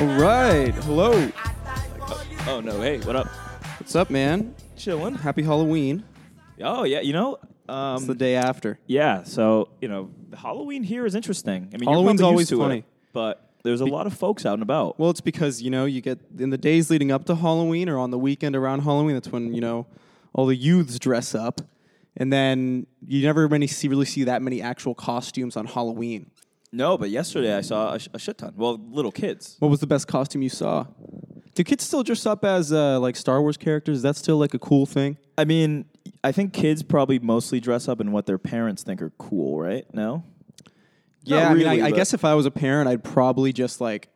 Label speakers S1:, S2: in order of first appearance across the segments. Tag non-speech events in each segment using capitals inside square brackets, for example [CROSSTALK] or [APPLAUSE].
S1: All right. Hello.
S2: Oh no! Hey, what up?
S1: What's up, man?
S2: Chilling.
S1: Happy Halloween.
S2: Oh yeah, you know.
S1: It's the
S2: Um,
S1: day after.
S2: yeah, so you know, Halloween here is interesting. I mean, you're
S1: Halloween's
S2: probably
S1: always
S2: used to
S1: funny.
S2: it, but there's a lot of folks out and about.
S1: Well, it's because, you know, you get in the days leading up to Halloween or on the weekend around Halloween, that's when, you know, all the youths dress up. And then you never really see, really see that many actual costumes on Halloween.
S2: no, but yesterday I saw a, sh- a shit ton. Well, little kids.
S1: What was the best costume you saw? Do kids still dress up as uh, like Star Wars characters? Is that still like a cool thing?
S2: I mean, I think kids probably mostly dress up in what their parents think are cool, right? No,
S1: Yeah, I mean,
S2: really,
S1: I, I
S2: but-
S1: guess if I was a parent, I'd probably just like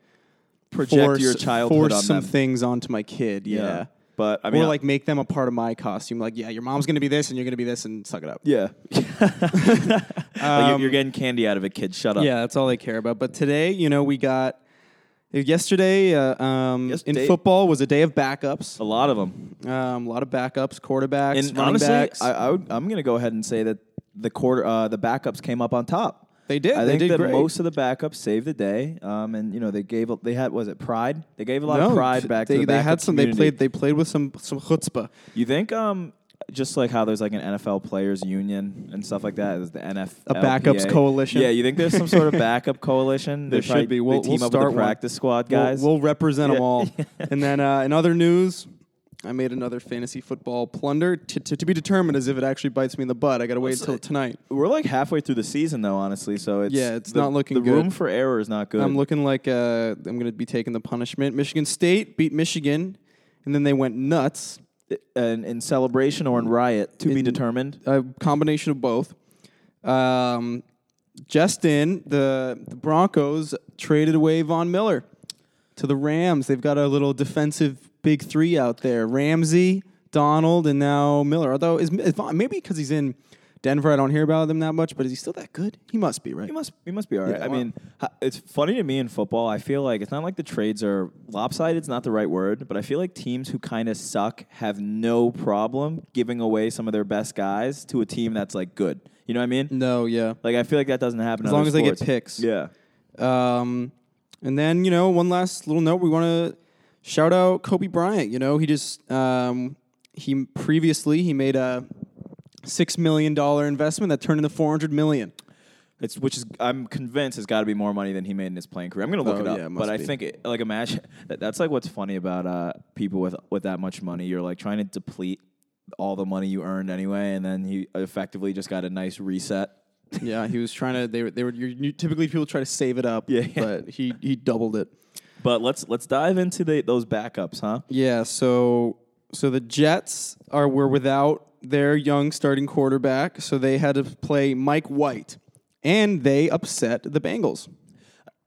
S2: project
S1: force,
S2: your childhood
S1: force
S2: on
S1: some
S2: them.
S1: things onto my kid. Yeah.
S2: but I mean,
S1: or
S2: I-
S1: like make them a part of my costume. Like, yeah, your mom's gonna be this and you're gonna be this and suck it up. [LAUGHS]
S2: yeah, [LAUGHS] Like, you're, you're getting candy out of a kid. Shut up.
S1: Yeah, that's all they care about. But today, you know, we got yesterday uh, um, in
S2: Yesterday-
S1: football was a day of backups.
S2: a lot of them.
S1: Um, a lot of backups, quarterbacks,
S2: And
S1: running
S2: honestly,
S1: backs.
S2: I, I would, I'm going to go ahead and say that the quarter, uh, the backups came up on top.
S1: They did.
S2: I
S1: They
S2: think
S1: did
S2: that
S1: great.
S2: most of the backups saved the day. Um, and you know they gave they had was it pride? They gave a lot of pride back
S1: they,
S2: to the
S1: they had
S2: backup
S1: some. They
S2: community.
S1: played. They played with some some chutzpah.
S2: You think um, just like how there's like an NFL players union and stuff like that, there's the NF
S1: A backups coalition?
S2: Yeah, you think there's
S1: [LAUGHS]
S2: some sort of backup coalition?
S1: There
S2: They probably-
S1: should be. We'll-
S2: they team
S1: we'll
S2: up with
S1: start
S2: the
S1: one.
S2: practice squad
S1: We'll-
S2: guys.
S1: We'll, represent them
S2: [LAUGHS] Yeah.
S1: all. and then uh, in other news, I made another fantasy football plunder to, to, to be determined as if it actually bites me in the butt. I got to wait until tonight.
S2: We're like halfway through the season though, honestly. So it's
S1: Yeah, it's
S2: the-
S1: not looking
S2: the
S1: good.
S2: room for error is not good.
S1: I'm looking like uh, I'm going to be taking the punishment. Michigan State beat Michigan, and then they went nuts.
S2: in, in celebration or in riot to be
S1: In-
S2: determined.
S1: A combination of both. Um, just in, the, the Broncos traded away Von Miller to the Rams. They've got a little defensive big three out there Ramsey, Donald, and now Miller. Although, is, is Von, maybe because he's in Denver, I don't hear about him that much, but is he still that good? He must be, right?
S2: He must he must be all right.
S1: Yeah,
S2: I
S1: well-
S2: mean, h- it's funny to me in football. I feel like it's not like the trades are lopsided. It's not the right word, but I feel like teams who kind of suck have no problem giving away some of their best guys to a team that's like good. You know what I mean?
S1: No, yeah.
S2: Like I feel like that doesn't happen.
S1: As
S2: in other
S1: long as they get
S2: sports.
S1: picks.
S2: Yeah.
S1: Um, and then you know, one last little note: we want to shout out Kobe Bryant. You know, he just um, he previously he made a six million dollar investment that turned into four hundred million.
S2: It's which is I'm convinced has got to be more money than he made in his playing career. I'm gonna look
S1: Oh,
S2: it up,
S1: yeah, it
S2: but
S1: must
S2: I
S1: be.
S2: think it, like imagine that, that's like what's funny about uh, people with with that much money. You're like trying to deplete all the money you earned anyway, and then he effectively just got a nice reset.
S1: yeah, he was trying to. They were. They were. You're, you, typically, people try to save it up.
S2: Yeah.
S1: but he he doubled it.
S2: But let's let's dive into the, those backups, huh?
S1: Yeah. So so the Jets are were without their young starting quarterback, so they had to play Mike White, and they upset the Bengals.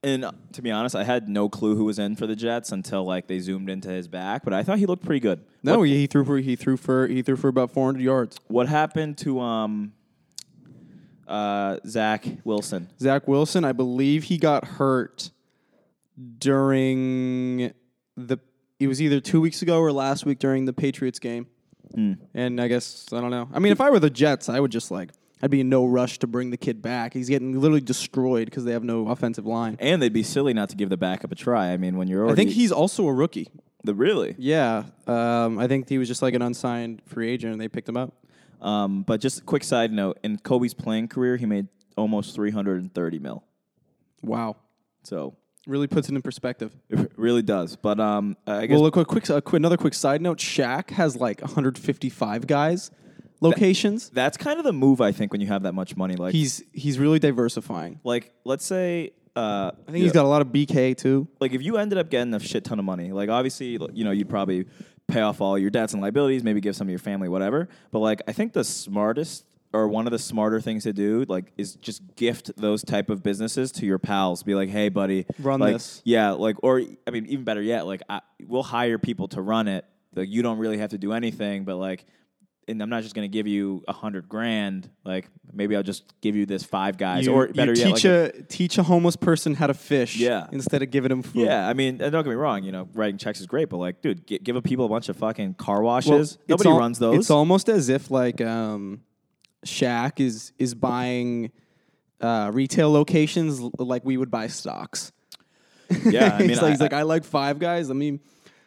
S2: And uh, to be honest, I had no clue who was in for the Jets until like they zoomed into his back. But I thought he looked pretty good.
S1: No, he, he threw for he threw for he threw for about 400 yards.
S2: What happened to um uh Zach Wilson?
S1: Zach Wilson, I believe he got hurt during the it was either two weeks ago or last week during the Patriots game. And I guess I don't know. I mean, if I were the Jets, I would just like I'd be in no rush to bring the kid back. He's getting literally destroyed because they have no offensive line.
S2: And they'd be silly not to give the backup a try. I mean, when you're
S1: I
S2: already
S1: think he's also a rookie.
S2: the really
S1: Yeah, um, I think he was just like an unsigned free agent, and they picked him up.
S2: Um, but just a quick side note: in Kobe's playing career, he made almost 330 mil.
S1: Wow,
S2: So
S1: really puts it in perspective.
S2: it really does. But um, I guess
S1: Well, look, a quick, a quick, another quick side note. Shaq has like 155 guys, locations.
S2: that's kind of the move. I think when you have that much money, like
S1: He's he's really diversifying.
S2: like let's say uh,
S1: I think he's got a lot of BK too.
S2: like if you ended up getting a shit ton of money, like obviously l- you know you'd probably pay off all your debts and liabilities, maybe give some to your family, whatever. But like I think the smartest or one of the smarter things to do like is just gift those type of businesses to your pals. Be like, hey, buddy,
S1: Run
S2: like,
S1: this.
S2: Yeah, like or I mean even better yet, like I, we'll hire people to run it. Like you don't really have to do anything, but like. And I'm not just going to give you a hundred grand. Like maybe I'll just give you this five guys,
S1: You,
S2: or
S1: you
S2: better yet, like
S1: teach a teach a homeless person how to fish.
S2: Yeah.
S1: Instead of giving him food.
S2: yeah, I mean, and don't get me wrong. You know, writing checks is great, but like, dude, gi- give people a bunch of fucking car washes.
S1: Well, it's
S2: Nobody
S1: al-
S2: runs those.
S1: It's almost as if like um, Shaq is is buying uh, retail locations l- like we would buy stocks.
S2: Yeah, I
S1: [LAUGHS]
S2: mean,
S1: he's, like, he's
S2: I-
S1: like, I like five guys. Let me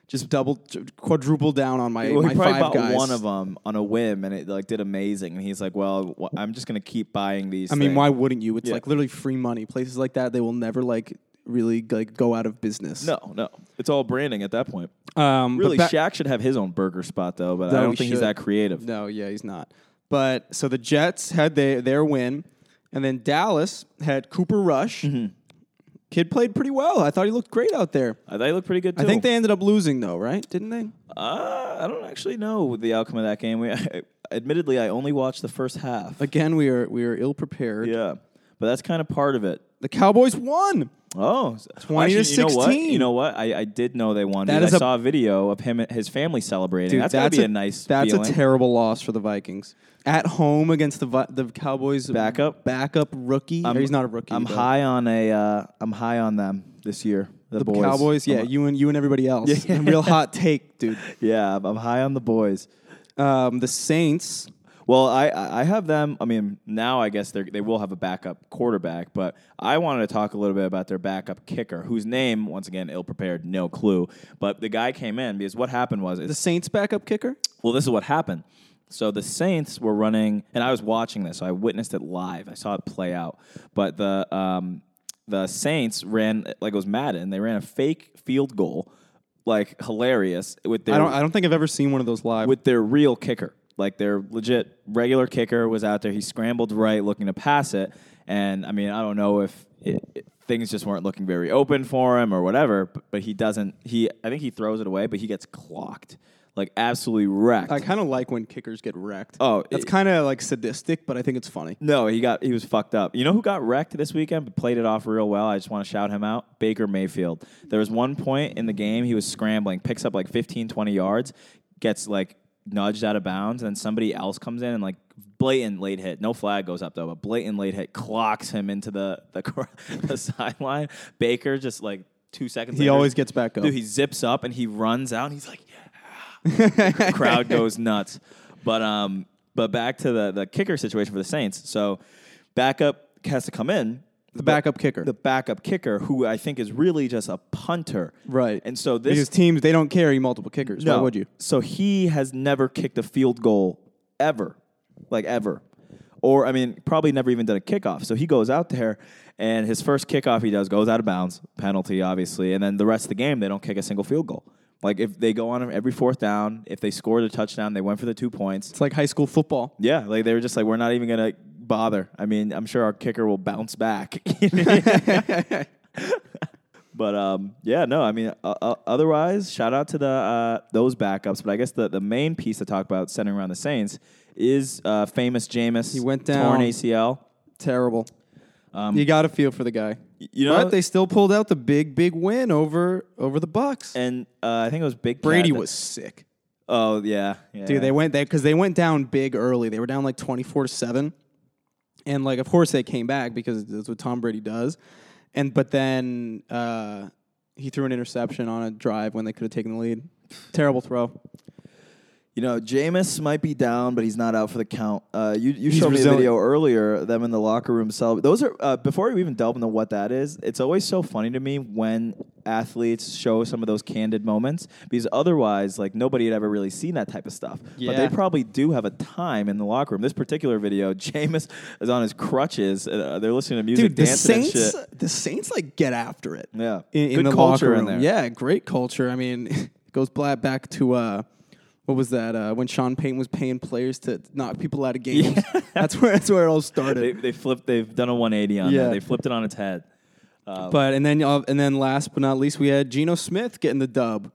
S1: just double, quadruple down on my,
S2: well,
S1: my
S2: he probably
S1: five
S2: bought
S1: guys.
S2: one of them on a whim, and it like did amazing. And he's like, "Well, wh- I'm just gonna keep buying these."
S1: I mean,
S2: things.
S1: why wouldn't you? It's
S2: Yeah.
S1: like literally free money. Places like that, they will never like really like go out of business.
S2: No, no, it's all branding at that point.
S1: um, but
S2: Really,
S1: back-
S2: Shaq should have his own burger spot though, but
S1: No,
S2: I
S1: he
S2: don't think he's
S1: should.
S2: that creative.
S1: No, yeah, he's not. But so the Jets had their, their win, and then Dallas had Cooper Rush.
S2: Mm-hmm.
S1: Kid played pretty well. I thought he looked great out there.
S2: Uh, They look pretty good too.
S1: I think they ended up losing though, right? Didn't they?
S2: Uh, I don't actually know the outcome of that game. We, [LAUGHS] admittedly, I only watched the first half.
S1: Again, we are we are ill prepared.
S2: yeah, but that's kind of part of it.
S1: The Cowboys won.
S2: Oh, s-
S1: 20 to
S2: actually, you know what?
S1: 16.
S2: You know what? I, I did know they won.
S1: That
S2: because
S1: is
S2: I
S1: a-
S2: saw a video of him and his family celebrating. that's, gotta be a, nice.
S1: That's
S2: feeling.
S1: a terrible loss for the Vikings at home against the Vi- the Cowboys
S2: Backup?
S1: backup rookie. Or he's not a rookie.
S2: I'm
S1: but
S2: high on a. Uh, I'm high on them this year. The,
S1: The
S2: boys.
S1: Cowboys, yeah,
S2: I'm,
S1: you and you and everybody else.
S2: [LAUGHS] Yeah.
S1: And real hot take, dude.
S2: yeah. I'm- I'm high on the boys.
S1: Um, the Saints.
S2: Well, I- I I have them. I mean, now I guess they they will have a backup quarterback, but I wanted to talk a little bit about their backup kicker, whose name once again ill prepared, no clue. But the guy came in because what happened was
S1: The
S2: is,
S1: Saints backup kicker.
S2: well, this is what happened. So the Saints were running, and I was watching this. So I witnessed it live. I saw it play out. But the um, the Saints ran like it was Madden. They ran a fake field goal, like hilarious with their
S1: I don't. I don't think I've ever seen one of those live.
S2: with their real kicker. Like their legit regular kicker was out there. He scrambled right looking to pass it. And I mean, I don't know if it, it- things just weren't looking very open for him or whatever, but, but he doesn't. He I think he throws it away, but he gets clocked. Like absolutely wrecked.
S1: I kind of like when kickers get wrecked.
S2: Oh,
S1: that's
S2: it-
S1: kind of like sadistic, but I think it's funny.
S2: no, he got he was fucked up. You know who got wrecked this weekend but played it off real well? I just want to shout him out. Baker Mayfield. There was one point in the game he was scrambling, picks up like 15, 20 yards, gets like nudged out of bounds, and then somebody else comes in and like blatant late hit. No flag goes up though, but blatant late hit clocks him into the the, cor- [LAUGHS] the sideline. Baker just like two seconds
S1: He
S2: later-
S1: always gets back up.
S2: Dude, he zips up and he runs out and he's like, yeah
S1: [LAUGHS]
S2: [LAUGHS] crowd goes nuts. But um, but back to the the kicker situation for the Saints. So backup has to come in.
S1: The backup kicker.
S2: The backup kicker, who I think is really just a punter,
S1: right.
S2: And so
S1: because
S2: this
S1: teams they don't carry multiple kickers. Why
S2: no.
S1: would you?
S2: So he has never kicked a field goal ever, like ever. Or, I mean, probably never even done a kickoff. So he goes out there, and his first kickoff he does goes out of bounds, penalty, obviously. And then the rest of the game, they don't kick a single field goal. Like, if they go on him every fourth down, if they scored a touchdown, they went for the two points.
S1: It's like high school football.
S2: Yeah, like they were just like, we're not even going to bother. I mean, I'm sure our kicker will bounce back. [LAUGHS] But um, yeah, no, I mean, uh, uh, otherwise, shout out to the uh, those backups. But I guess the, the main piece to talk about centering around the Saints is uh, famous Jameis. He
S1: went down.
S2: torn ACL.
S1: Terrible. you got to feel for the guy.
S2: Um, you know-
S1: but they still pulled out the big, big win over over the Bucks.
S2: And uh, I think it was Big Cat
S1: Brady
S2: that-
S1: was sick,
S2: Oh yeah, yeah.
S1: dude. They went there because they went down big early. They were down like twenty four to seven, and like of course they came back because that's what Tom Brady does. And but then uh, he threw an interception on a drive when they could have taken the lead. Terrible throw.
S2: You know, Jameis might be down, but he's not out for the count. Uh, you you
S1: He's
S2: showed me a
S1: resilient.
S2: video earlier, them in the locker room celebrating. Those are uh, before you even delve into what that is. It's always so funny to me when athletes show some of those candid moments because otherwise, like nobody had ever really seen that type of stuff. But
S1: Yeah.
S2: they probably do have a time in the locker room. This particular video, [LAUGHS] Jameis is on his crutches. Uh, they're listening to music,
S1: Dude, the
S2: dancing and
S1: Saints,
S2: shit.
S1: the Saints like get after it.
S2: Yeah,
S1: in, in
S2: Good
S1: the
S2: culture
S1: locker
S2: in
S1: room.
S2: there.
S1: Yeah, great culture. I mean, [LAUGHS] it goes bla- back to uh, what was that? Uh, when Sean Payton was paying players to knock people out of
S2: [LAUGHS]
S1: games. that's where that's where it all
S2: they
S1: started.
S2: they flipped. They've done a 180 on
S1: Yeah.
S2: that. They flipped it on its head. Um,
S1: but and then uh, and then last but not least, we had Geno Smith getting the dub.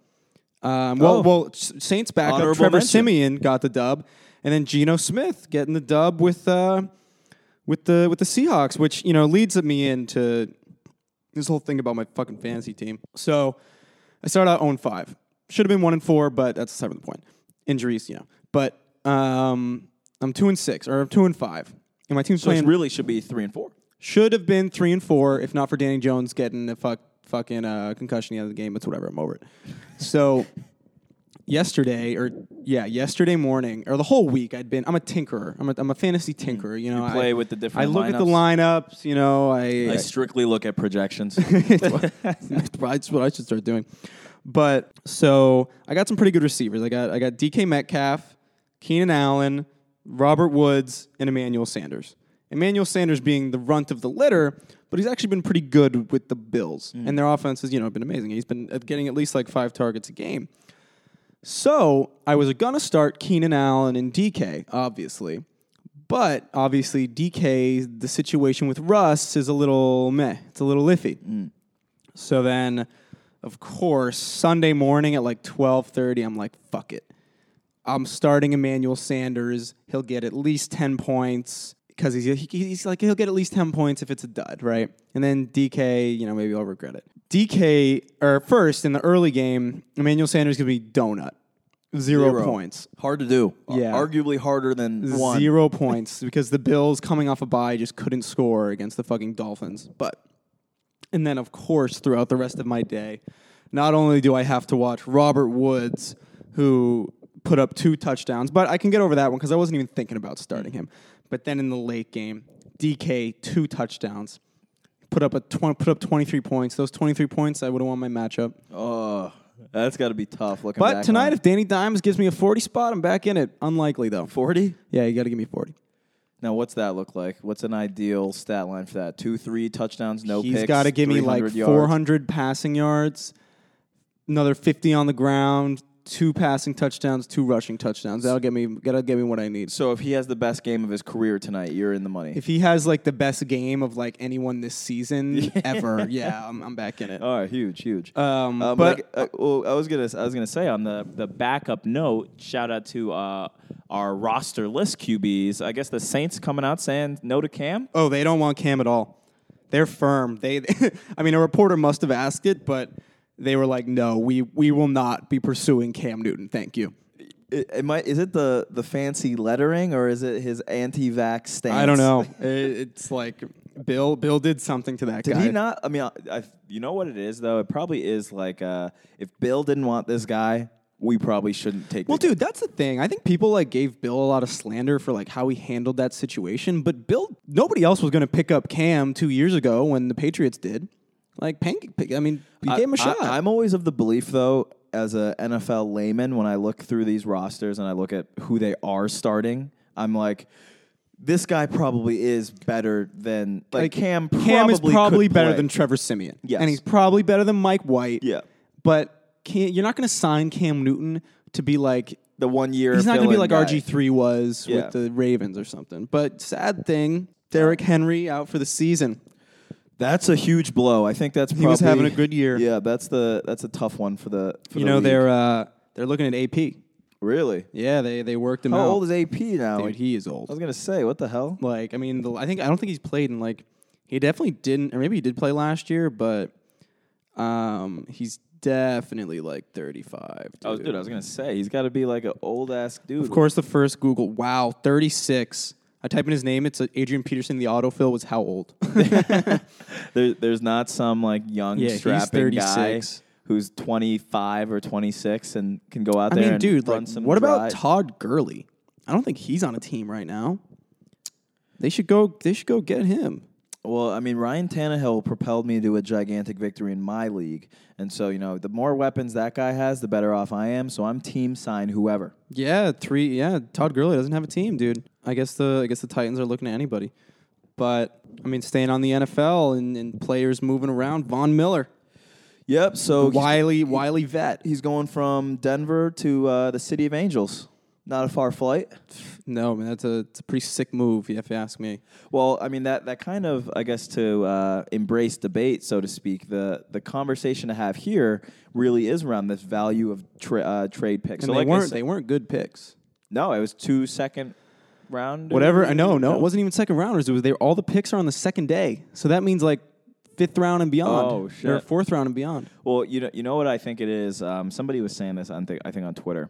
S1: Um, well,
S2: Oh.
S1: well, S- Saints backup
S2: Honorable
S1: Trevor
S2: mention.
S1: Simeon got the dub, and then Geno Smith getting the dub with uh, with the with the Seahawks, which you know leads me into this whole thing about my fucking fantasy team. So I started out 0 and 5. Should have been 1 and 4, but that's aside from the point. Injuries, you know. But um, I'm 2 and 6, or I'm 2 and 5. And my team's
S2: So it
S1: playing
S2: really should be three and four.
S1: should have been three and four if not for Danny Jones getting a fuck, fucking uh, concussion at the end of the game. It's whatever. I'm over it. So yesterday, or yeah, yesterday morning or the whole week, I'd been. I'm a tinkerer. I'm a, I'm a fantasy tinkerer. You know,
S2: You play
S1: I,
S2: with the
S1: I
S2: different
S1: look at the lineups. You know, I,
S2: I strictly look at
S1: [LAUGHS]
S2: projections.
S1: that's what I should start doing. But so I got some pretty good receivers. I got I got DK Metcalf, Keenan Allen, Robert Woods, and Emmanuel Sanders. Emmanuel Sanders being the runt of the litter, but he's actually been pretty good with the Bills, and their offense has you know been amazing. He's been uh, getting at least like five targets a game. So I was gonna start Keenan Allen and DK, obviously. But obviously, DK, the situation with Russ is a little meh. It's a little iffy. So then, of course, Sunday morning at like twelve thirty, I'm like, fuck it. I'm starting Emmanuel Sanders. He'll get at least ten points because he's he- he's like he'll get at least ten points if it's a dud, right? And then DK, you know, maybe I'll regret it. DK or first in the early game, Emmanuel Sanders gonna be donut, zero
S2: Zero.
S1: points.
S2: Hard to do.
S1: Yeah.
S2: Arguably harder than one.
S1: Zero points because the Bills coming off a bye just couldn't score against the fucking Dolphins. But and then of course throughout the rest of my day, not only do I have to watch Robert Woods who put up two touchdowns, but I can get over that one cuz I wasn't even thinking about starting him. But then in the late game, DK two touchdowns. Put up a tw- put up 23 points. Those 23 points, I would have won my matchup.
S2: Oh, that's got to be tough looking
S1: But
S2: back
S1: tonight,
S2: on
S1: if Danny Dimes gives me a 40 spot, I'm back in it. Unlikely though.
S2: 40?
S1: Yeah, you got to give me 40.
S2: Now, what's that look like? What's an ideal stat line for that? Two, three touchdowns, no
S1: He's
S2: picks.
S1: got to give me like
S2: 300 yards.
S1: 400 passing yards, another 50 on the ground, two passing touchdowns, two rushing touchdowns. That'll get me. That'll get me what I need.
S2: So if he has the best game of his career tonight, you're in the money.
S1: If he has like the best game of like anyone this
S2: [LAUGHS]
S1: season ever, yeah, I'm, I'm back in it.
S2: All right, huge, huge.
S1: Um,
S2: Uh, Um,
S1: but
S2: like, uh, well, I was gonna, I was gonna say on the the backup note. Shout out to uh, our roster list QBs. I guess the Saints coming out saying no to Cam.
S1: oh, they don't want Cam at all. They're firm. They, [LAUGHS] I mean, a reporter must have asked it, but they were like, "No, we we will not be pursuing Cam Newton. Thank you."
S2: It, it might, is it the the fancy lettering or is it his anti-vax stance?
S1: I don't know. It- it's like Bill. Bill did something to that
S2: Did
S1: guy.
S2: he not? I mean, I, I, you know what it is though. It probably is like uh, if Bill didn't want this guy, we probably shouldn't take.
S1: Well,
S2: the,
S1: dude, that's the thing. I think people like gave Bill a lot of slander for like how he handled that situation, but Bill, nobody else was going to pick up Cam two years ago when the Patriots did. Like, Pank, I mean, you gave him a shot.
S2: I, am always of the belief, though, as a NFL layman, when I look through these rosters and I look at who they are starting, I'm like, this guy probably is better than like, Cam. Probably
S1: Cam is probably
S2: could
S1: better
S2: play.
S1: than Trevor Simeon.
S2: Yes.
S1: and he's probably better than Mike White.
S2: Yeah.
S1: but Cam, you're not going to sign Cam Newton to be like
S2: the one year.
S1: he's not going to be
S2: fill-in
S1: like
S2: guy.
S1: RG three was
S2: Yeah.
S1: with the Ravens or something. But sad thing, Derrick Henry out for the season.
S2: That's a huge blow. I think that's probably,
S1: was having a good year.
S2: Yeah, that's the that's a tough one for the. For
S1: You
S2: the
S1: know
S2: league.
S1: they're uh, they're looking at AP.
S2: really.
S1: Yeah, they they worked him
S2: How
S1: out.
S2: old is AP now?
S1: Dude, he is
S2: I was
S1: old.
S2: gonna say, what the hell?
S1: Like, I mean, the, I think I don't think he's played in like he definitely didn't, or maybe he did play last year, but um, he's definitely like thirty-five.
S2: I was, oh, dude, I was gonna say he's got to be like an old ass dude.
S1: of course, the first Google, wow, thirty-six. I type in his name. It's uh, Adrian Peterson. The autofill was how old?
S2: There, there's not some like young
S1: Yeah, he's
S2: strapping guy
S1: 36.
S2: who's 25 or 26 and can go out
S1: I
S2: there
S1: mean,
S2: and
S1: dude,
S2: run
S1: like,
S2: some.
S1: what about
S2: drives.
S1: Todd Gurley? I don't think he's on a team right now. They should go. They should go get him.
S2: well, I mean, Ryan Tannehill propelled me to a gigantic victory in my league, and so you know, the more weapons that guy has, the better off I am. So I'm team sign whoever.
S1: Yeah, three. Yeah, Todd Gurley doesn't have a team, dude. I guess the I guess the Titans are looking at anybody, but I mean, staying on the NFL and, and players moving around. Von Miller,
S2: Yep. So Oh, he's,
S1: Wiley, Wiley vet.
S2: he's going from Denver to uh, the City of Angels. Not a far
S1: [LAUGHS]
S2: flight.
S1: No, man, that's a, it's a pretty sick move, if you ask me.
S2: Well, I mean that that kind of I guess to uh, embrace debate, so to speak. The the conversation to have here really is around this value of tra- uh, trade picks.
S1: And
S2: so
S1: they
S2: like I
S1: weren't
S2: said-
S1: they weren't good picks.
S2: no, it was two second round.
S1: Whatever. I know. No, it wasn't even second rounders. It was they all the picks are on the second day, so that means like fifth round and beyond.
S2: Oh, shit.
S1: Or fourth round and beyond.
S2: Well, you know you know what I think it is. Um, somebody was saying this on th- I think on Twitter.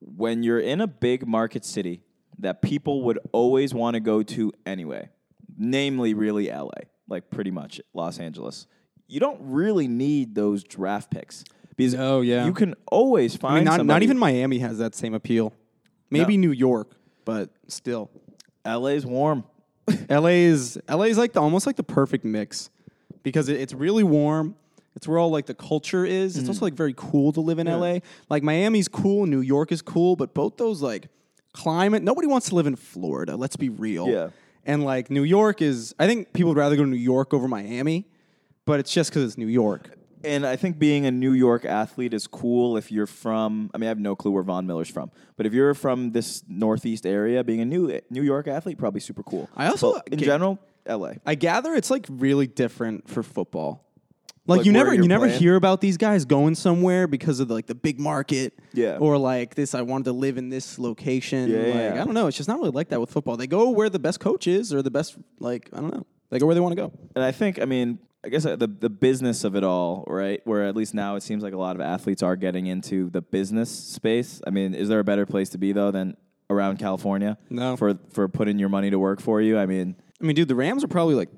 S2: When you're in a big market city that people would always want to go to anyway, namely really LA, like pretty much Los Angeles. You don't really need those draft picks. Because
S1: Oh, yeah.
S2: you can always find
S1: I mean, not, not
S2: somebody-
S1: even Miami has that same appeal. Maybe New York, but still,
S2: LA's warm.
S1: LA is LA is like the almost like the perfect mix because it, it's really warm. It's where all like the culture is. It's also like very cool to live in LA. Like Miami's cool, New York is cool, but both those like climate. Nobody wants to live in Florida. Let's be real.
S2: Yeah.
S1: And like New York is, I think people would rather go to New York over Miami, but it's just because it's New York.
S2: And I think being a New York athlete is cool if you're from. I mean, I have no clue where Von Miller's from, but if you're from this Northeast area, being a new New York athlete probably super cool.
S1: I also-
S2: But in
S1: okay.
S2: general, LA.
S1: I gather it's like really different for football. Like,
S2: Like
S1: you
S2: where
S1: never
S2: you're
S1: you never
S2: playing?
S1: hear about these guys going somewhere because of like the big market.
S2: Yeah.
S1: Or like this I wanted to live in this location.
S2: Yeah,
S1: like
S2: yeah, yeah.
S1: I don't know, it's just not really like that with football. They go where the best coach is or the best like I don't know. They go where they want to go.
S2: And I think, I mean, I guess uh, the the business of it all, right? Where at least now it seems like a lot of athletes are getting into the business space. I mean, is there a better place to be though than around California?
S1: No.
S2: For for putting your money to work for you. I mean,
S1: I mean, dude, the Rams are probably like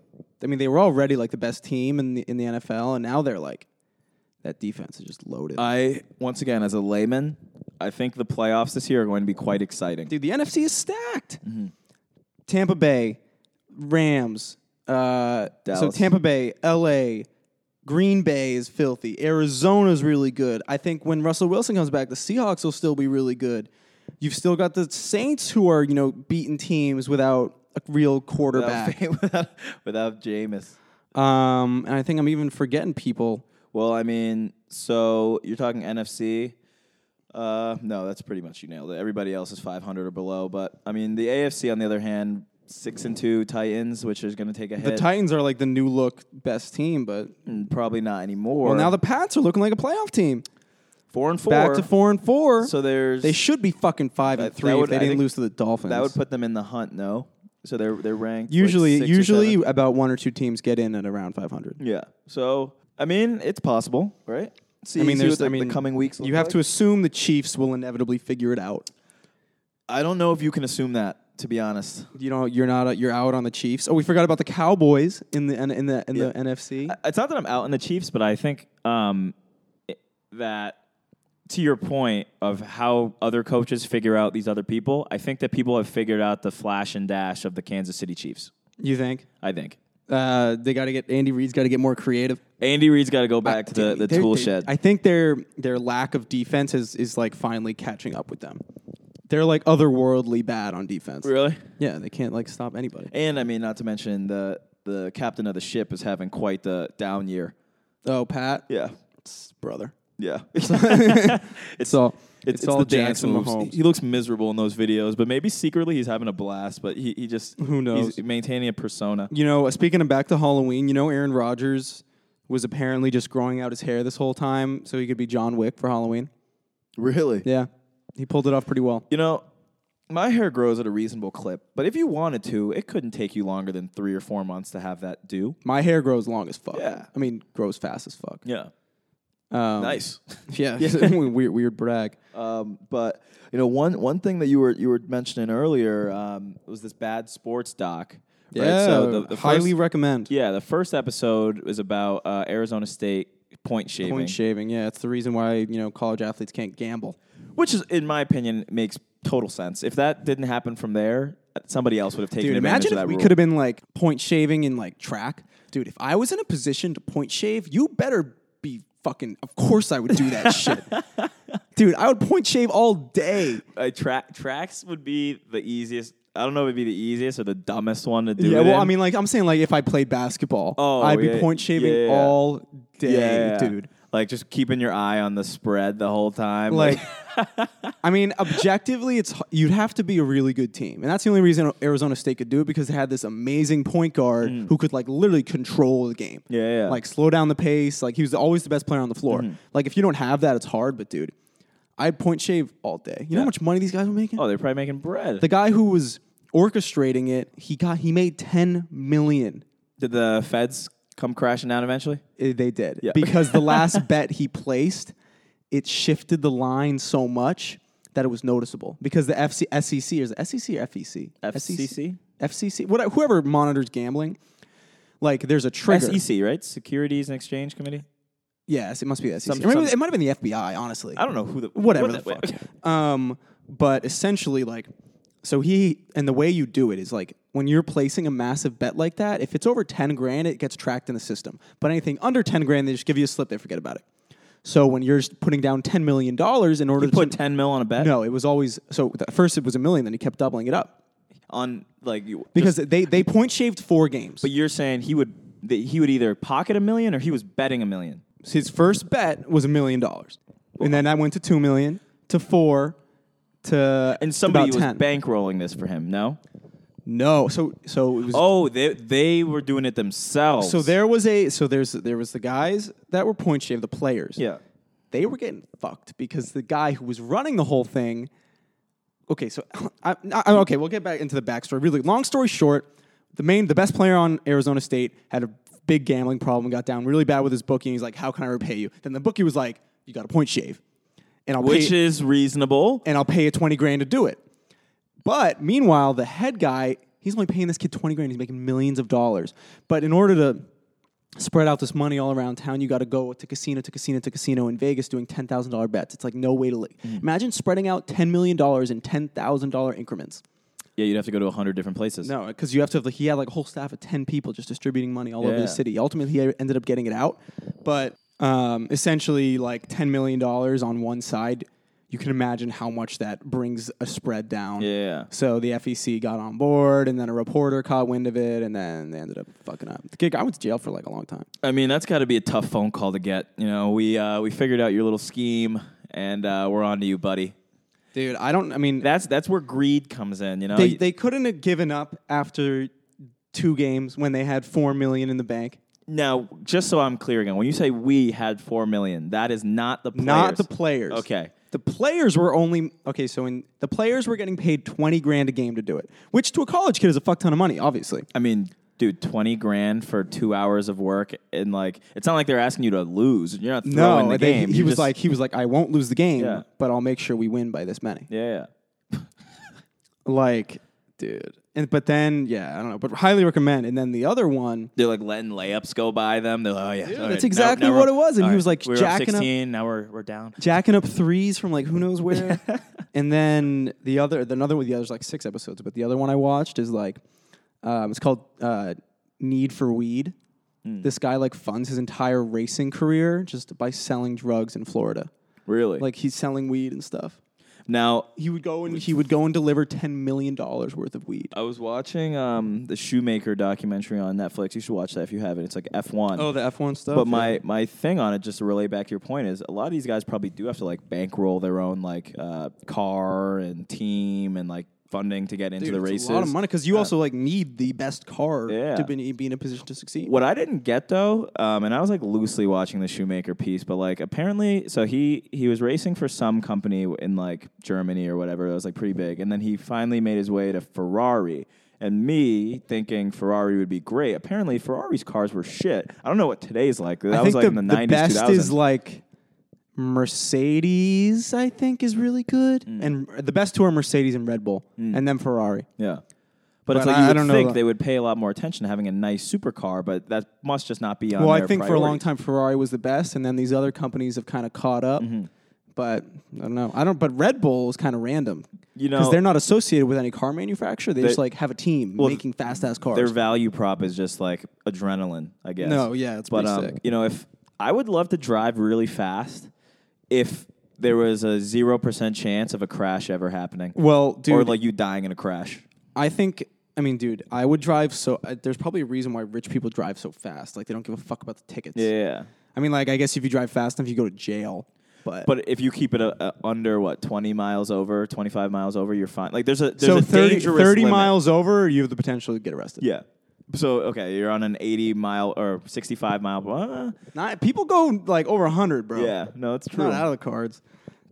S1: I mean, they were already like the best team in the in the NFL and now they're like that defense is just loaded.
S2: I once again as a layman, I think the playoffs this year are going to be quite exciting.
S1: Dude, the NFC is stacked.
S2: Mm-hmm.
S1: Tampa Bay, Rams. Uh, so
S2: Dallas.
S1: Tampa Bay, LA, Green Bay is filthy. Arizona's really good. I think when Russell Wilson comes back, the Seahawks will still be really good. You've still got the Saints who are, you know, beating teams without a real quarterback.
S2: Without, [LAUGHS] without, without Jameis.
S1: Um, and I think I'm even forgetting people.
S2: Well, I mean, so you're talking NFC. Uh, no, that's pretty much you nailed it. Everybody else is 500 or below. But I mean, the AFC on the other hand, six and two Titans, which is going to take a
S1: The
S2: hit.
S1: Titans are like the new look best team, but
S2: Mm, probably not anymore.
S1: well, now the Pats are looking like a playoff team.
S2: four and four.
S1: Back to four and four.
S2: So there's
S1: They should be fucking five
S2: That-
S1: and
S2: that
S1: three
S2: would-
S1: if they
S2: I
S1: didn't
S2: think
S1: lose to the Dolphins.
S2: that would put them in the hunt. No, so they're they're ranked like,
S1: usually,
S2: six or
S1: usually
S2: seven.
S1: about one or two teams get in at around five hundred.
S2: yeah. So I mean, it's possible, right? See,
S1: I mean,
S2: see
S1: there's
S2: what the,
S1: I mean,
S2: the coming weeks.
S1: You
S2: look
S1: have
S2: like.
S1: to assume the Chiefs will inevitably figure it out.
S2: I don't know if you can assume that, to be honest.
S1: You know, you're not you're out on the Chiefs. Oh, we forgot about the Cowboys in the in the in the, in the NFC.
S2: I- it's not that I'm out on the Chiefs, but I think um, i- that to your point of how other coaches figure out these other people, I think that people have figured out the flash and dash of the Kansas City Chiefs.
S1: you think
S2: I think
S1: uh, they got to get Andy Reid's got to get more creative?
S2: Andy Reid's got to go back to the, the
S1: They're-
S2: tool
S1: they-
S2: shed.
S1: I think their their lack of defense is is like finally catching up with them. They're like otherworldly bad on defense.
S2: really?
S1: Yeah, they can't like stop anybody.
S2: And I mean, not to mention the the captain of the ship is having quite the down year.
S1: Oh, Pat.
S2: Yeah,
S1: It's brother.
S2: [LAUGHS] yeah. it's,
S1: It's all
S2: it's,
S1: all
S2: the dance
S1: Jackson
S2: moves.
S1: Mahomes.
S2: He looks miserable in those videos, but maybe secretly he's having a blast. But he, he just
S1: Who knows?
S2: He's maintaining a persona.
S1: You know, speaking of back to Halloween, you know Aaron Rodgers was apparently just growing out his hair this whole time so he could be John Wick for Halloween.
S2: Really?
S1: Yeah. He pulled it off pretty well.
S2: You know, my hair grows at a reasonable clip, but if you wanted to, it couldn't take you longer than three or four months to have that do.
S1: My hair grows long as fuck.
S2: Yeah.
S1: I mean, grows fast as fuck.
S2: Yeah.
S1: Um,
S2: Nice.
S1: [LAUGHS] Yeah. [LAUGHS] weird, weird brag.
S2: [LAUGHS] Um, but you know, one one thing that you were you were mentioning earlier um, was this bad sports doc. Right?
S1: Yeah.
S2: So the, the
S1: highly
S2: First,
S1: recommend.
S2: yeah, the first episode was about uh, Arizona State point shaving,
S1: Point shaving. Yeah. It's the reason why, you know, college athletes can't gamble.
S2: which is, in my opinion, makes total sense. If that didn't happen from there, somebody else would have taken
S1: Dude,
S2: advantage
S1: imagine
S2: of
S1: if
S2: that
S1: we
S2: rule.
S1: could have been like point shaving in like track. Dude, if I was in a position to point shave, you better be fucking. Of course, I would do
S2: [LAUGHS]
S1: that shit. Dude, I would point shave all day.
S2: uh, tra- tracks would be the easiest. I don't know if it'd be the easiest or the dumbest one to do.
S1: Yeah,
S2: it
S1: well,
S2: in.
S1: I mean, like, I'm saying, like, if I played basketball,
S2: Oh,
S1: I'd
S2: yeah,
S1: be point shaving
S2: yeah, yeah.
S1: all day,
S2: yeah,
S1: dude.
S2: Like just keeping your eye on the spread the whole time. [LAUGHS]
S1: Like, I mean, objectively, it's h- you'd have to be a really good team, and that's the only reason Arizona State could do it because they had this amazing point guard who could like literally control the game.
S2: Mm. Yeah, Mm-hmm. yeah.
S1: like slow down the pace. Like he was always the best player on the floor. Like if you don't have that, it's hard. But dude, I'd point shave all day. You know how much money these guys were making?
S2: oh, they're probably making bread.
S1: The guy who was orchestrating it, he got he made ten million.
S2: Did the feds come crashing down eventually?
S1: Eh, They did
S2: Yeah.
S1: because the
S2: [LAUGHS]
S1: last bet he placed, it shifted the line so much that it was noticeable because the FC, SEC E is it SEC or E FEC
S2: FCC?
S1: FCC what, whoever monitors gambling, like there's a trigger.
S2: E SEC, right? Securities and Exchange Committee.
S1: Yes, it must be the SEC.
S2: Some-
S1: Or maybe-
S2: some-
S1: it might have been the FBI, honestly.
S2: I don't know who the
S1: Whatever
S2: what
S1: the fuck. [LAUGHS] um, but essentially, like, so he and the way you do it is like when you're placing a massive bet like that. If it's over ten grand, it gets tracked in the system. But anything under ten grand, they just give you a slip. They forget about it. So when you're just putting down ten million dollars in order
S2: [LAUGHS] You put
S1: to
S2: ten mil on a bet
S1: no, it was always so. At first, it was a million. Then he kept doubling it up
S2: on like you
S1: because they they point shaved four games.
S2: But you're saying he would that he would either pocket a million or he was betting a million.
S1: his first bet was a million dollars, and then I went to two million, to four, to
S2: And somebody
S1: about 10.
S2: was bankrolling this for him, no?
S1: No, so so it was.
S2: Oh, they they were doing it themselves.
S1: So there was a so there's there was the guys that were point shaved, the players.
S2: Yeah.
S1: they were getting fucked because the guy who was running the whole thing. Okay, so [LAUGHS] I, I, okay, we'll get back into the backstory. Really, long story short, the main, the best player on Arizona State had a big gambling problem, got down really bad with his bookie, and he's like, "How can I repay you?" Then the bookie was like, "You got a point shave, and I'll
S2: Which
S1: pay,
S2: is reasonable.
S1: and I'll pay you twenty grand to do it." But meanwhile, the head guy, he's only paying this kid twenty grand. He's making millions of dollars, but in order to spread out this money all around town. You got to go to casino to casino to casino in Vegas doing ten thousand dollar bets. It's like no way to li- imagine spreading out ten million dollars in ten thousand dollar increments.
S2: Yeah, you'd have to go to hundred different places.
S1: No, because you have to have like he had like a whole staff of ten people just distributing money all over
S2: Yeah.
S1: the city. Ultimately, he ended up getting it out, but um, essentially like ten million dollars on one side. You can imagine how much that brings a spread down.
S2: Yeah.
S1: So the FEC got on board, and then a reporter caught wind of it, and then they ended up fucking up. The kid, I went to jail for like a long time.
S2: I mean, that's got to be a tough phone call to get. You know, we uh, we figured out your little scheme, and uh, we're on to you, buddy.
S1: Dude, I don't. I mean,
S2: That's that's where greed comes in. You know,
S1: they they couldn't have given up after two games when they had four million in the bank.
S2: now just so I'm clear again, when you say we had four million, that is not the players.
S1: Not the players.
S2: Okay.
S1: The players were only okay. So in the players were getting paid twenty grand a game to do it, which to a college kid is a fuck ton of money, obviously.
S2: I mean, dude, twenty grand for two hours of work, and like, it's not like they're asking you to lose. You're not throwing the
S1: they-
S2: game.
S1: he
S2: You
S1: was
S2: just-
S1: like, he was like, I won't lose the game,
S2: Yeah.
S1: but I'll make sure we win by this many.
S2: yeah,
S1: Like, dude. And but then, yeah, I don't know, but highly recommend. And then the other one,
S2: they're like letting layups go by them. They're like, oh yeah, all
S1: that's
S2: now-
S1: exactly
S2: now
S1: what
S2: we're-
S1: it was. And
S2: all
S1: he was, like,
S2: we were up
S1: jacking up-
S2: sixteen. Now we're we're down.
S1: jacking up threes from like who knows [LAUGHS] where. and then the other, the another one, the other's like six episodes, but the other one I watched is like, um, it's called uh, Need for Weed. This guy like funds his entire racing career just by selling drugs in Florida.
S2: Really?
S1: Like he's selling weed and stuff.
S2: now,
S1: He would go and he would go and deliver ten million dollars worth of weed.
S2: I was watching um, the Shoemaker documentary on Netflix. You should watch that if you haven't. It's like F one.
S1: Oh, the F one stuff.
S2: But my, my thing on it, just to relay back to your point, is a lot of these guys probably do have to like bankroll their own like uh, car and team and like funding to get into the races.
S1: it's a lot of money because you also like need the best car
S2: Yeah.
S1: to be, be in a position to succeed.
S2: What I didn't get though, um, and I was like loosely watching the Shoemaker piece, but like apparently, so he he was racing for some company in like Germany or whatever. That was like pretty big, and then he finally made his way to Ferrari. And me thinking Ferrari would be great. Apparently, Ferrari's cars were shit. I don't know what today's like. That
S1: I
S2: was
S1: think
S2: like
S1: the,
S2: in the
S1: the
S2: nineties, two
S1: best
S2: thousands.
S1: is like Mercedes. I think is really good,
S2: Mm.
S1: and the best two are Mercedes and Red Bull, and then Ferrari.
S2: Yeah. But, it's
S1: But
S2: like
S1: I-
S2: you
S1: I
S2: would
S1: don't know
S2: think
S1: the-
S2: they would pay a lot more attention to having a nice supercar, but that must just not be on.
S1: Well, I
S2: their
S1: think for a long
S2: priorities.
S1: time Ferrari was the best, and then these other companies have kind of caught up.
S2: Mm-hmm.
S1: But I don't know. I don't. But Red Bull is kind of random.
S2: You know-
S1: because they're not associated with any car manufacturer. They,
S2: They-
S1: just like have a team making fast ass cars.
S2: Their value prop is just like adrenaline, I guess.
S1: No, yeah, it's
S2: but
S1: pretty
S2: um,
S1: sick.
S2: you know, if I would love to drive really fast, if there was a zero percent chance of a crash ever happening,
S1: well, dude,
S2: or like you dying in a crash.
S1: I think. I mean, dude, I would drive so. Uh, there's probably a reason why rich people drive so fast. Like they don't give a fuck about the tickets.
S2: Yeah.
S1: I mean, like, I guess if you drive fast enough, you go to jail. But,
S2: But if you keep it uh uh under what twenty miles over, twenty five miles over, you're fine. Like there's a there's
S1: so
S2: a
S1: 30,
S2: dangerous
S1: 30
S2: limit.
S1: miles over, you have the potential to get arrested.
S2: Yeah. So okay, you're on an 80 mile or 65 mile. uh,
S1: Not, people go like over 100, bro.
S2: yeah, no, it's true.
S1: Not out of the cards.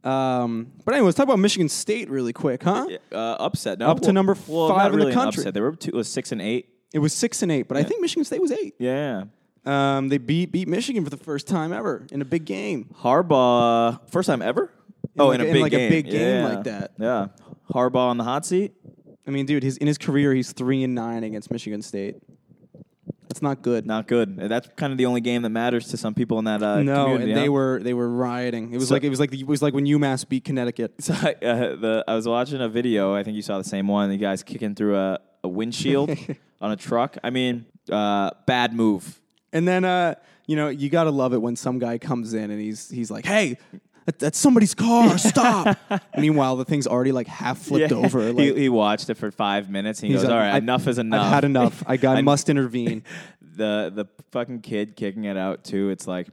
S1: Um, but, anyway, let's talk about Michigan State really quick, huh?
S2: uh, upset. No,
S1: Up to
S2: well-
S1: number
S2: well,
S1: five
S2: not
S1: in the
S2: really an
S1: country.
S2: Upset. They were up to it was six and eight.
S1: It was six and eight, but I think Michigan State was eight.
S2: Yeah.
S1: Um, they beat beat Michigan for the first time ever in a big game.
S2: Harbaugh, first time ever. oh,
S1: like
S2: in a
S1: a- in
S2: big
S1: like a
S2: game.
S1: big game
S2: Yeah.
S1: like that.
S2: Yeah. Harbaugh on the hot seat.
S1: I mean, dude, his in his career, he's three and nine against Michigan State. That's not good.
S2: Not good. And That's kind of the only game that matters to some people in that uh,
S1: no,
S2: community.
S1: and they
S2: huh?
S1: were they were rioting. It was
S2: So-
S1: like it was like the, it was like when UMass beat Connecticut.
S2: [LAUGHS] So I, uh, the, I was watching a video. I think you saw the same one. The guy's kicking through a,
S1: [LAUGHS]
S2: a windshield on a truck. I mean, uh, bad move.
S1: And then uh, you know, you gotta love it when some guy comes in and he's he's like, Hey, that, that's somebody's
S2: [LAUGHS]
S1: car, stop. Meanwhile, the thing's already like half flipped over. Like
S2: [LAUGHS] he, he watched it for five minutes. And he
S1: he's
S2: goes,
S1: like,
S2: "All right,
S1: I-
S2: enough is enough.
S1: I've had
S2: [LAUGHS]
S1: enough. I got I
S2: I'm-
S1: must intervene.
S2: the the fucking kid kicking it out too. It's like,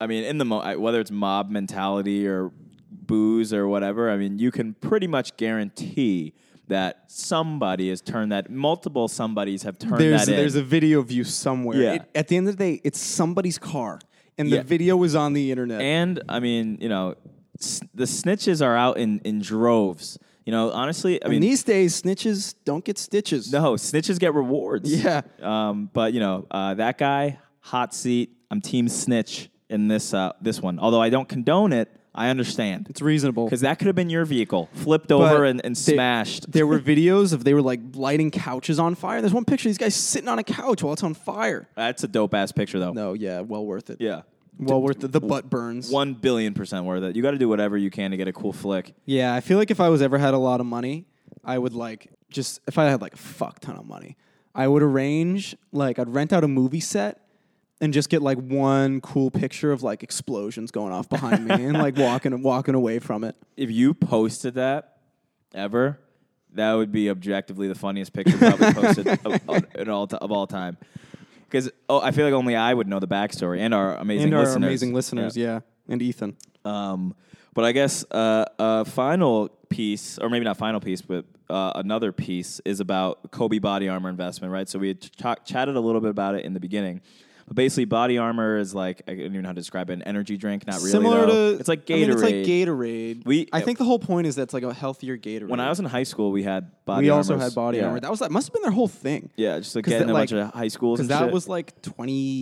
S2: I mean, in the mo- I- whether it's mob mentality or booze or whatever, I mean, you can pretty much guarantee that somebody has turned that. Multiple somebodies have turned
S1: There's
S2: that in.
S1: there's a video view somewhere.
S2: Yeah.
S1: It- at the end of the day, it's somebody's car. And
S2: Yeah.
S1: the video was on the internet.
S2: and I mean, you know, s- the snitches are out in in droves. You know, honestly, I mean,
S1: and these days, snitches don't get stitches.
S2: No, snitches get rewards.
S1: [LAUGHS] Yeah.
S2: Um, but you know uh, that guy, hot seat. I'm team snitch in this uh, this one. Although I don't condone it, I understand
S1: It's reasonable.
S2: because that could have been your vehicle flipped
S1: But
S2: over and, and
S1: they-
S2: smashed.
S1: There
S2: [LAUGHS]
S1: were videos of they were like lighting couches on fire. There's one picture of these guys sitting on a couch while it's on fire.
S2: That's a dope ass picture though.
S1: No, yeah, well worth it.
S2: Yeah.
S1: Well worth it. The butt burns.
S2: One billion percent worth it. You got to do whatever you can to get a cool flick.
S1: Yeah, I feel like if I was ever had a lot of money, I would like just if I had like a fuck ton of money, I would arrange like I'd rent out a movie set and just get like one cool picture of like explosions going off behind me and [LAUGHS] like walking walking away from it.
S2: If you posted that ever, that would be objectively the funniest
S1: [LAUGHS]
S2: picture probably posted of, of, in all ti- of all time. Because oh, I feel like only I would know the backstory and our amazing
S1: and our
S2: listeners.
S1: amazing listeners, yeah. And Ethan.
S2: Um, but I guess uh, a final piece, or maybe not final piece, but uh, another piece is about Kobe body armor investment, right? So we had ch- talk- chatted a little bit about it in the beginning. But basically, body armor is like, I don't even know how to describe it, an energy drink, not really.
S1: Similar
S2: though.
S1: to
S2: It's like
S1: I mean,
S2: Gatorade.
S1: it's like Gatorade.
S2: We-
S1: I think the whole point is that's like a healthier Gatorade.
S2: when I was in high school, we had body
S1: we also
S2: armors.
S1: had body
S2: Yeah.
S1: armor. That was that must have been their whole thing.
S2: yeah, just like
S1: 'Cause
S2: getting
S1: that,
S2: a
S1: like-
S2: bunch of high schools
S1: because
S2: and
S1: that
S2: shit.
S1: was like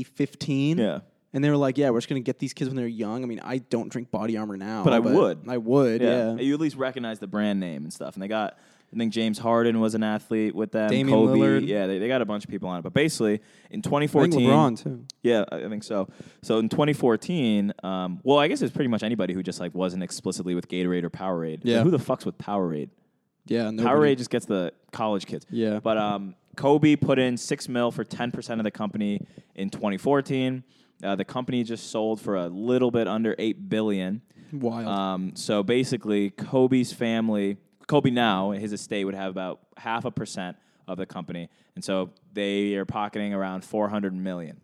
S1: 2015.
S2: Yeah.
S1: and they were like, "Yeah, we're just gonna get these kids when they're young." I mean, I don't drink body armor now,
S2: But I would.
S1: I would. Yeah.
S2: You at least recognize the brand name and stuff. And they got, I think James Harden was an athlete with them.
S1: Damian
S2: Kobe.
S1: Lillard.
S2: Yeah, they, they got a bunch of people on it. But basically, in
S1: I think
S2: 2014.
S1: LeBron too.
S2: Yeah, I I think so. So in 2014, um, well, I guess it's pretty much anybody who just like wasn't explicitly with Gatorade or Powerade.
S1: Yeah.
S2: Like, who the fuck's with Powerade?
S1: Yeah, nobody.
S2: Powerade just gets the college kids.
S1: Yeah.
S2: But um, Kobe put in six mil for 10% of the company in 2014. Uh, the company just sold for a little bit under eight billion.
S1: Wild.
S2: Um, so basically, Kobe's family, Kobe now, his estate would have about half a percent of the company, and so they are pocketing around 400 million.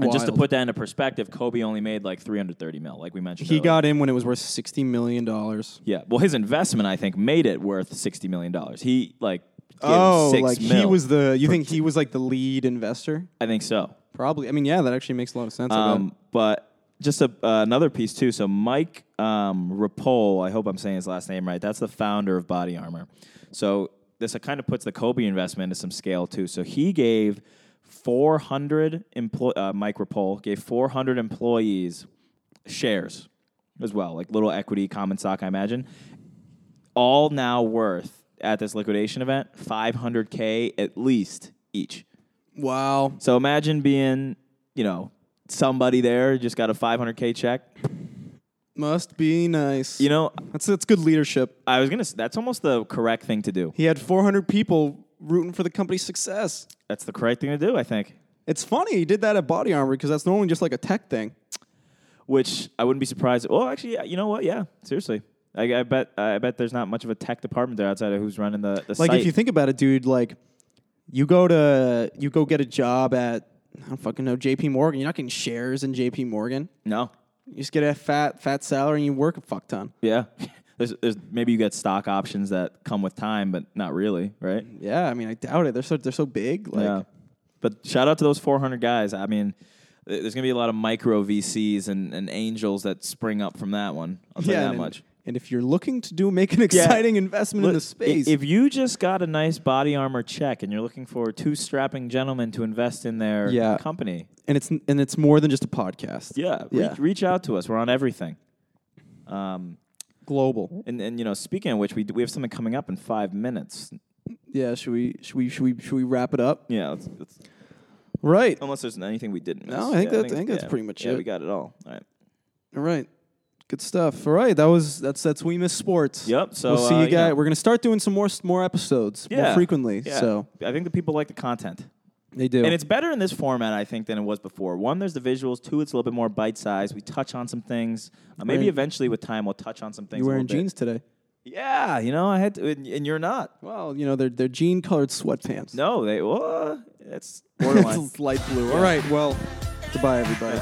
S2: And just to
S1: Wild.
S2: put that into perspective, Kobe only made like 330 mil, like we mentioned.
S1: he
S2: earlier.
S1: got in when it was worth 60 million dollars.
S2: yeah. Well, his investment, I think, made it worth 60 million dollars. He like gave
S1: Oh,
S2: six
S1: like he
S2: mil.
S1: was the. You think he was like the lead investor?
S2: I think so.
S1: Probably. I mean, yeah, that actually makes a lot of sense. I bet.
S2: Um, but just a, uh, another piece too. So Mike um, Rapole, I hope I'm saying his last name right. That's the founder of Body Armor. So this uh, kind of puts the Kobe investment into some scale too. So he gave 400 employ uh, Mike Rapole gave 400 employees shares as well, like little equity common stock, I imagine. All now worth at this liquidation event 500k at least each.
S1: Wow.
S2: So imagine being, you know, somebody there just got a 500k check.
S1: Must be nice.
S2: You know,
S1: that's that's good leadership.
S2: I was gonna. s- That's almost the correct thing to do.
S1: He had 400 people rooting for the company's success.
S2: That's the correct thing to do, I think.
S1: It's funny he did that at Body Armor because that's normally just like a tech thing.
S2: Which I wouldn't be surprised. Well, actually, yeah, you know what? Yeah, seriously. I, I bet. I bet there's not much of a tech department there outside of who's running the, the
S1: Like
S2: site.
S1: if you think about it, dude, like you go to you go get a job at I don't fucking know J.P. Morgan. You're not getting shares in J.P. Morgan.
S2: no.
S1: You just get a fat fat salary and you work a fuck ton.
S2: Yeah. [LAUGHS] There's, there's maybe you get stock options that come with time, but not really, right?
S1: Yeah, I mean, I doubt it. They're so they're so big. Like,
S2: yeah. But shout out to those 400 guys. I mean, th- there's going to be a lot of micro VCs and, and angels that spring up from that one. I'll tell
S1: Yeah,
S2: you that
S1: and,
S2: much.
S1: And if you're looking to do make an exciting investment in
S2: Look,
S1: the space,
S2: i- If you just got a nice body armor check and you're looking for two strapping gentlemen to invest in their
S1: Yeah.
S2: company,
S1: and it's and it's more than just a podcast.
S2: yeah, re-
S1: Yeah.
S2: reach out to us. We're on everything. Um,
S1: global.
S2: and, and, you know, speaking of which, we, d- we have something coming up in five minutes.
S1: Yeah, should we should we should we should we wrap it up?
S2: Yeah, let's, let's
S1: Right.
S2: Unless there's anything we didn't miss.
S1: No, I think that- I think that's
S2: yeah.
S1: pretty much
S2: yeah,
S1: it.
S2: we got it all. All right.
S1: All right. Good stuff. All right. That was that's that's we miss sports.
S2: Yep. So
S1: we'll see
S2: uh,
S1: you guys.
S2: know.
S1: We're gonna start doing some more s- more episodes more
S2: Yeah.
S1: frequently.
S2: Yeah.
S1: So
S2: I think the people like the content.
S1: they do.
S2: And it's better in this format, I think, than it was before. One, there's the visuals. Two, it's a little bit more bite sized. We touch on some things. Uh, maybe
S1: Right.
S2: eventually with time, we'll touch on some things.
S1: you
S2: a
S1: wearing
S2: little bit.
S1: jeans today?
S2: Yeah, you know, I had to, and, and you're not.
S1: Well, you know they're they're jean colored sweatpants.
S2: No, they. Whoa, that's borderline.
S1: [LAUGHS] it's light blue. All right. Well, goodbye, everybody.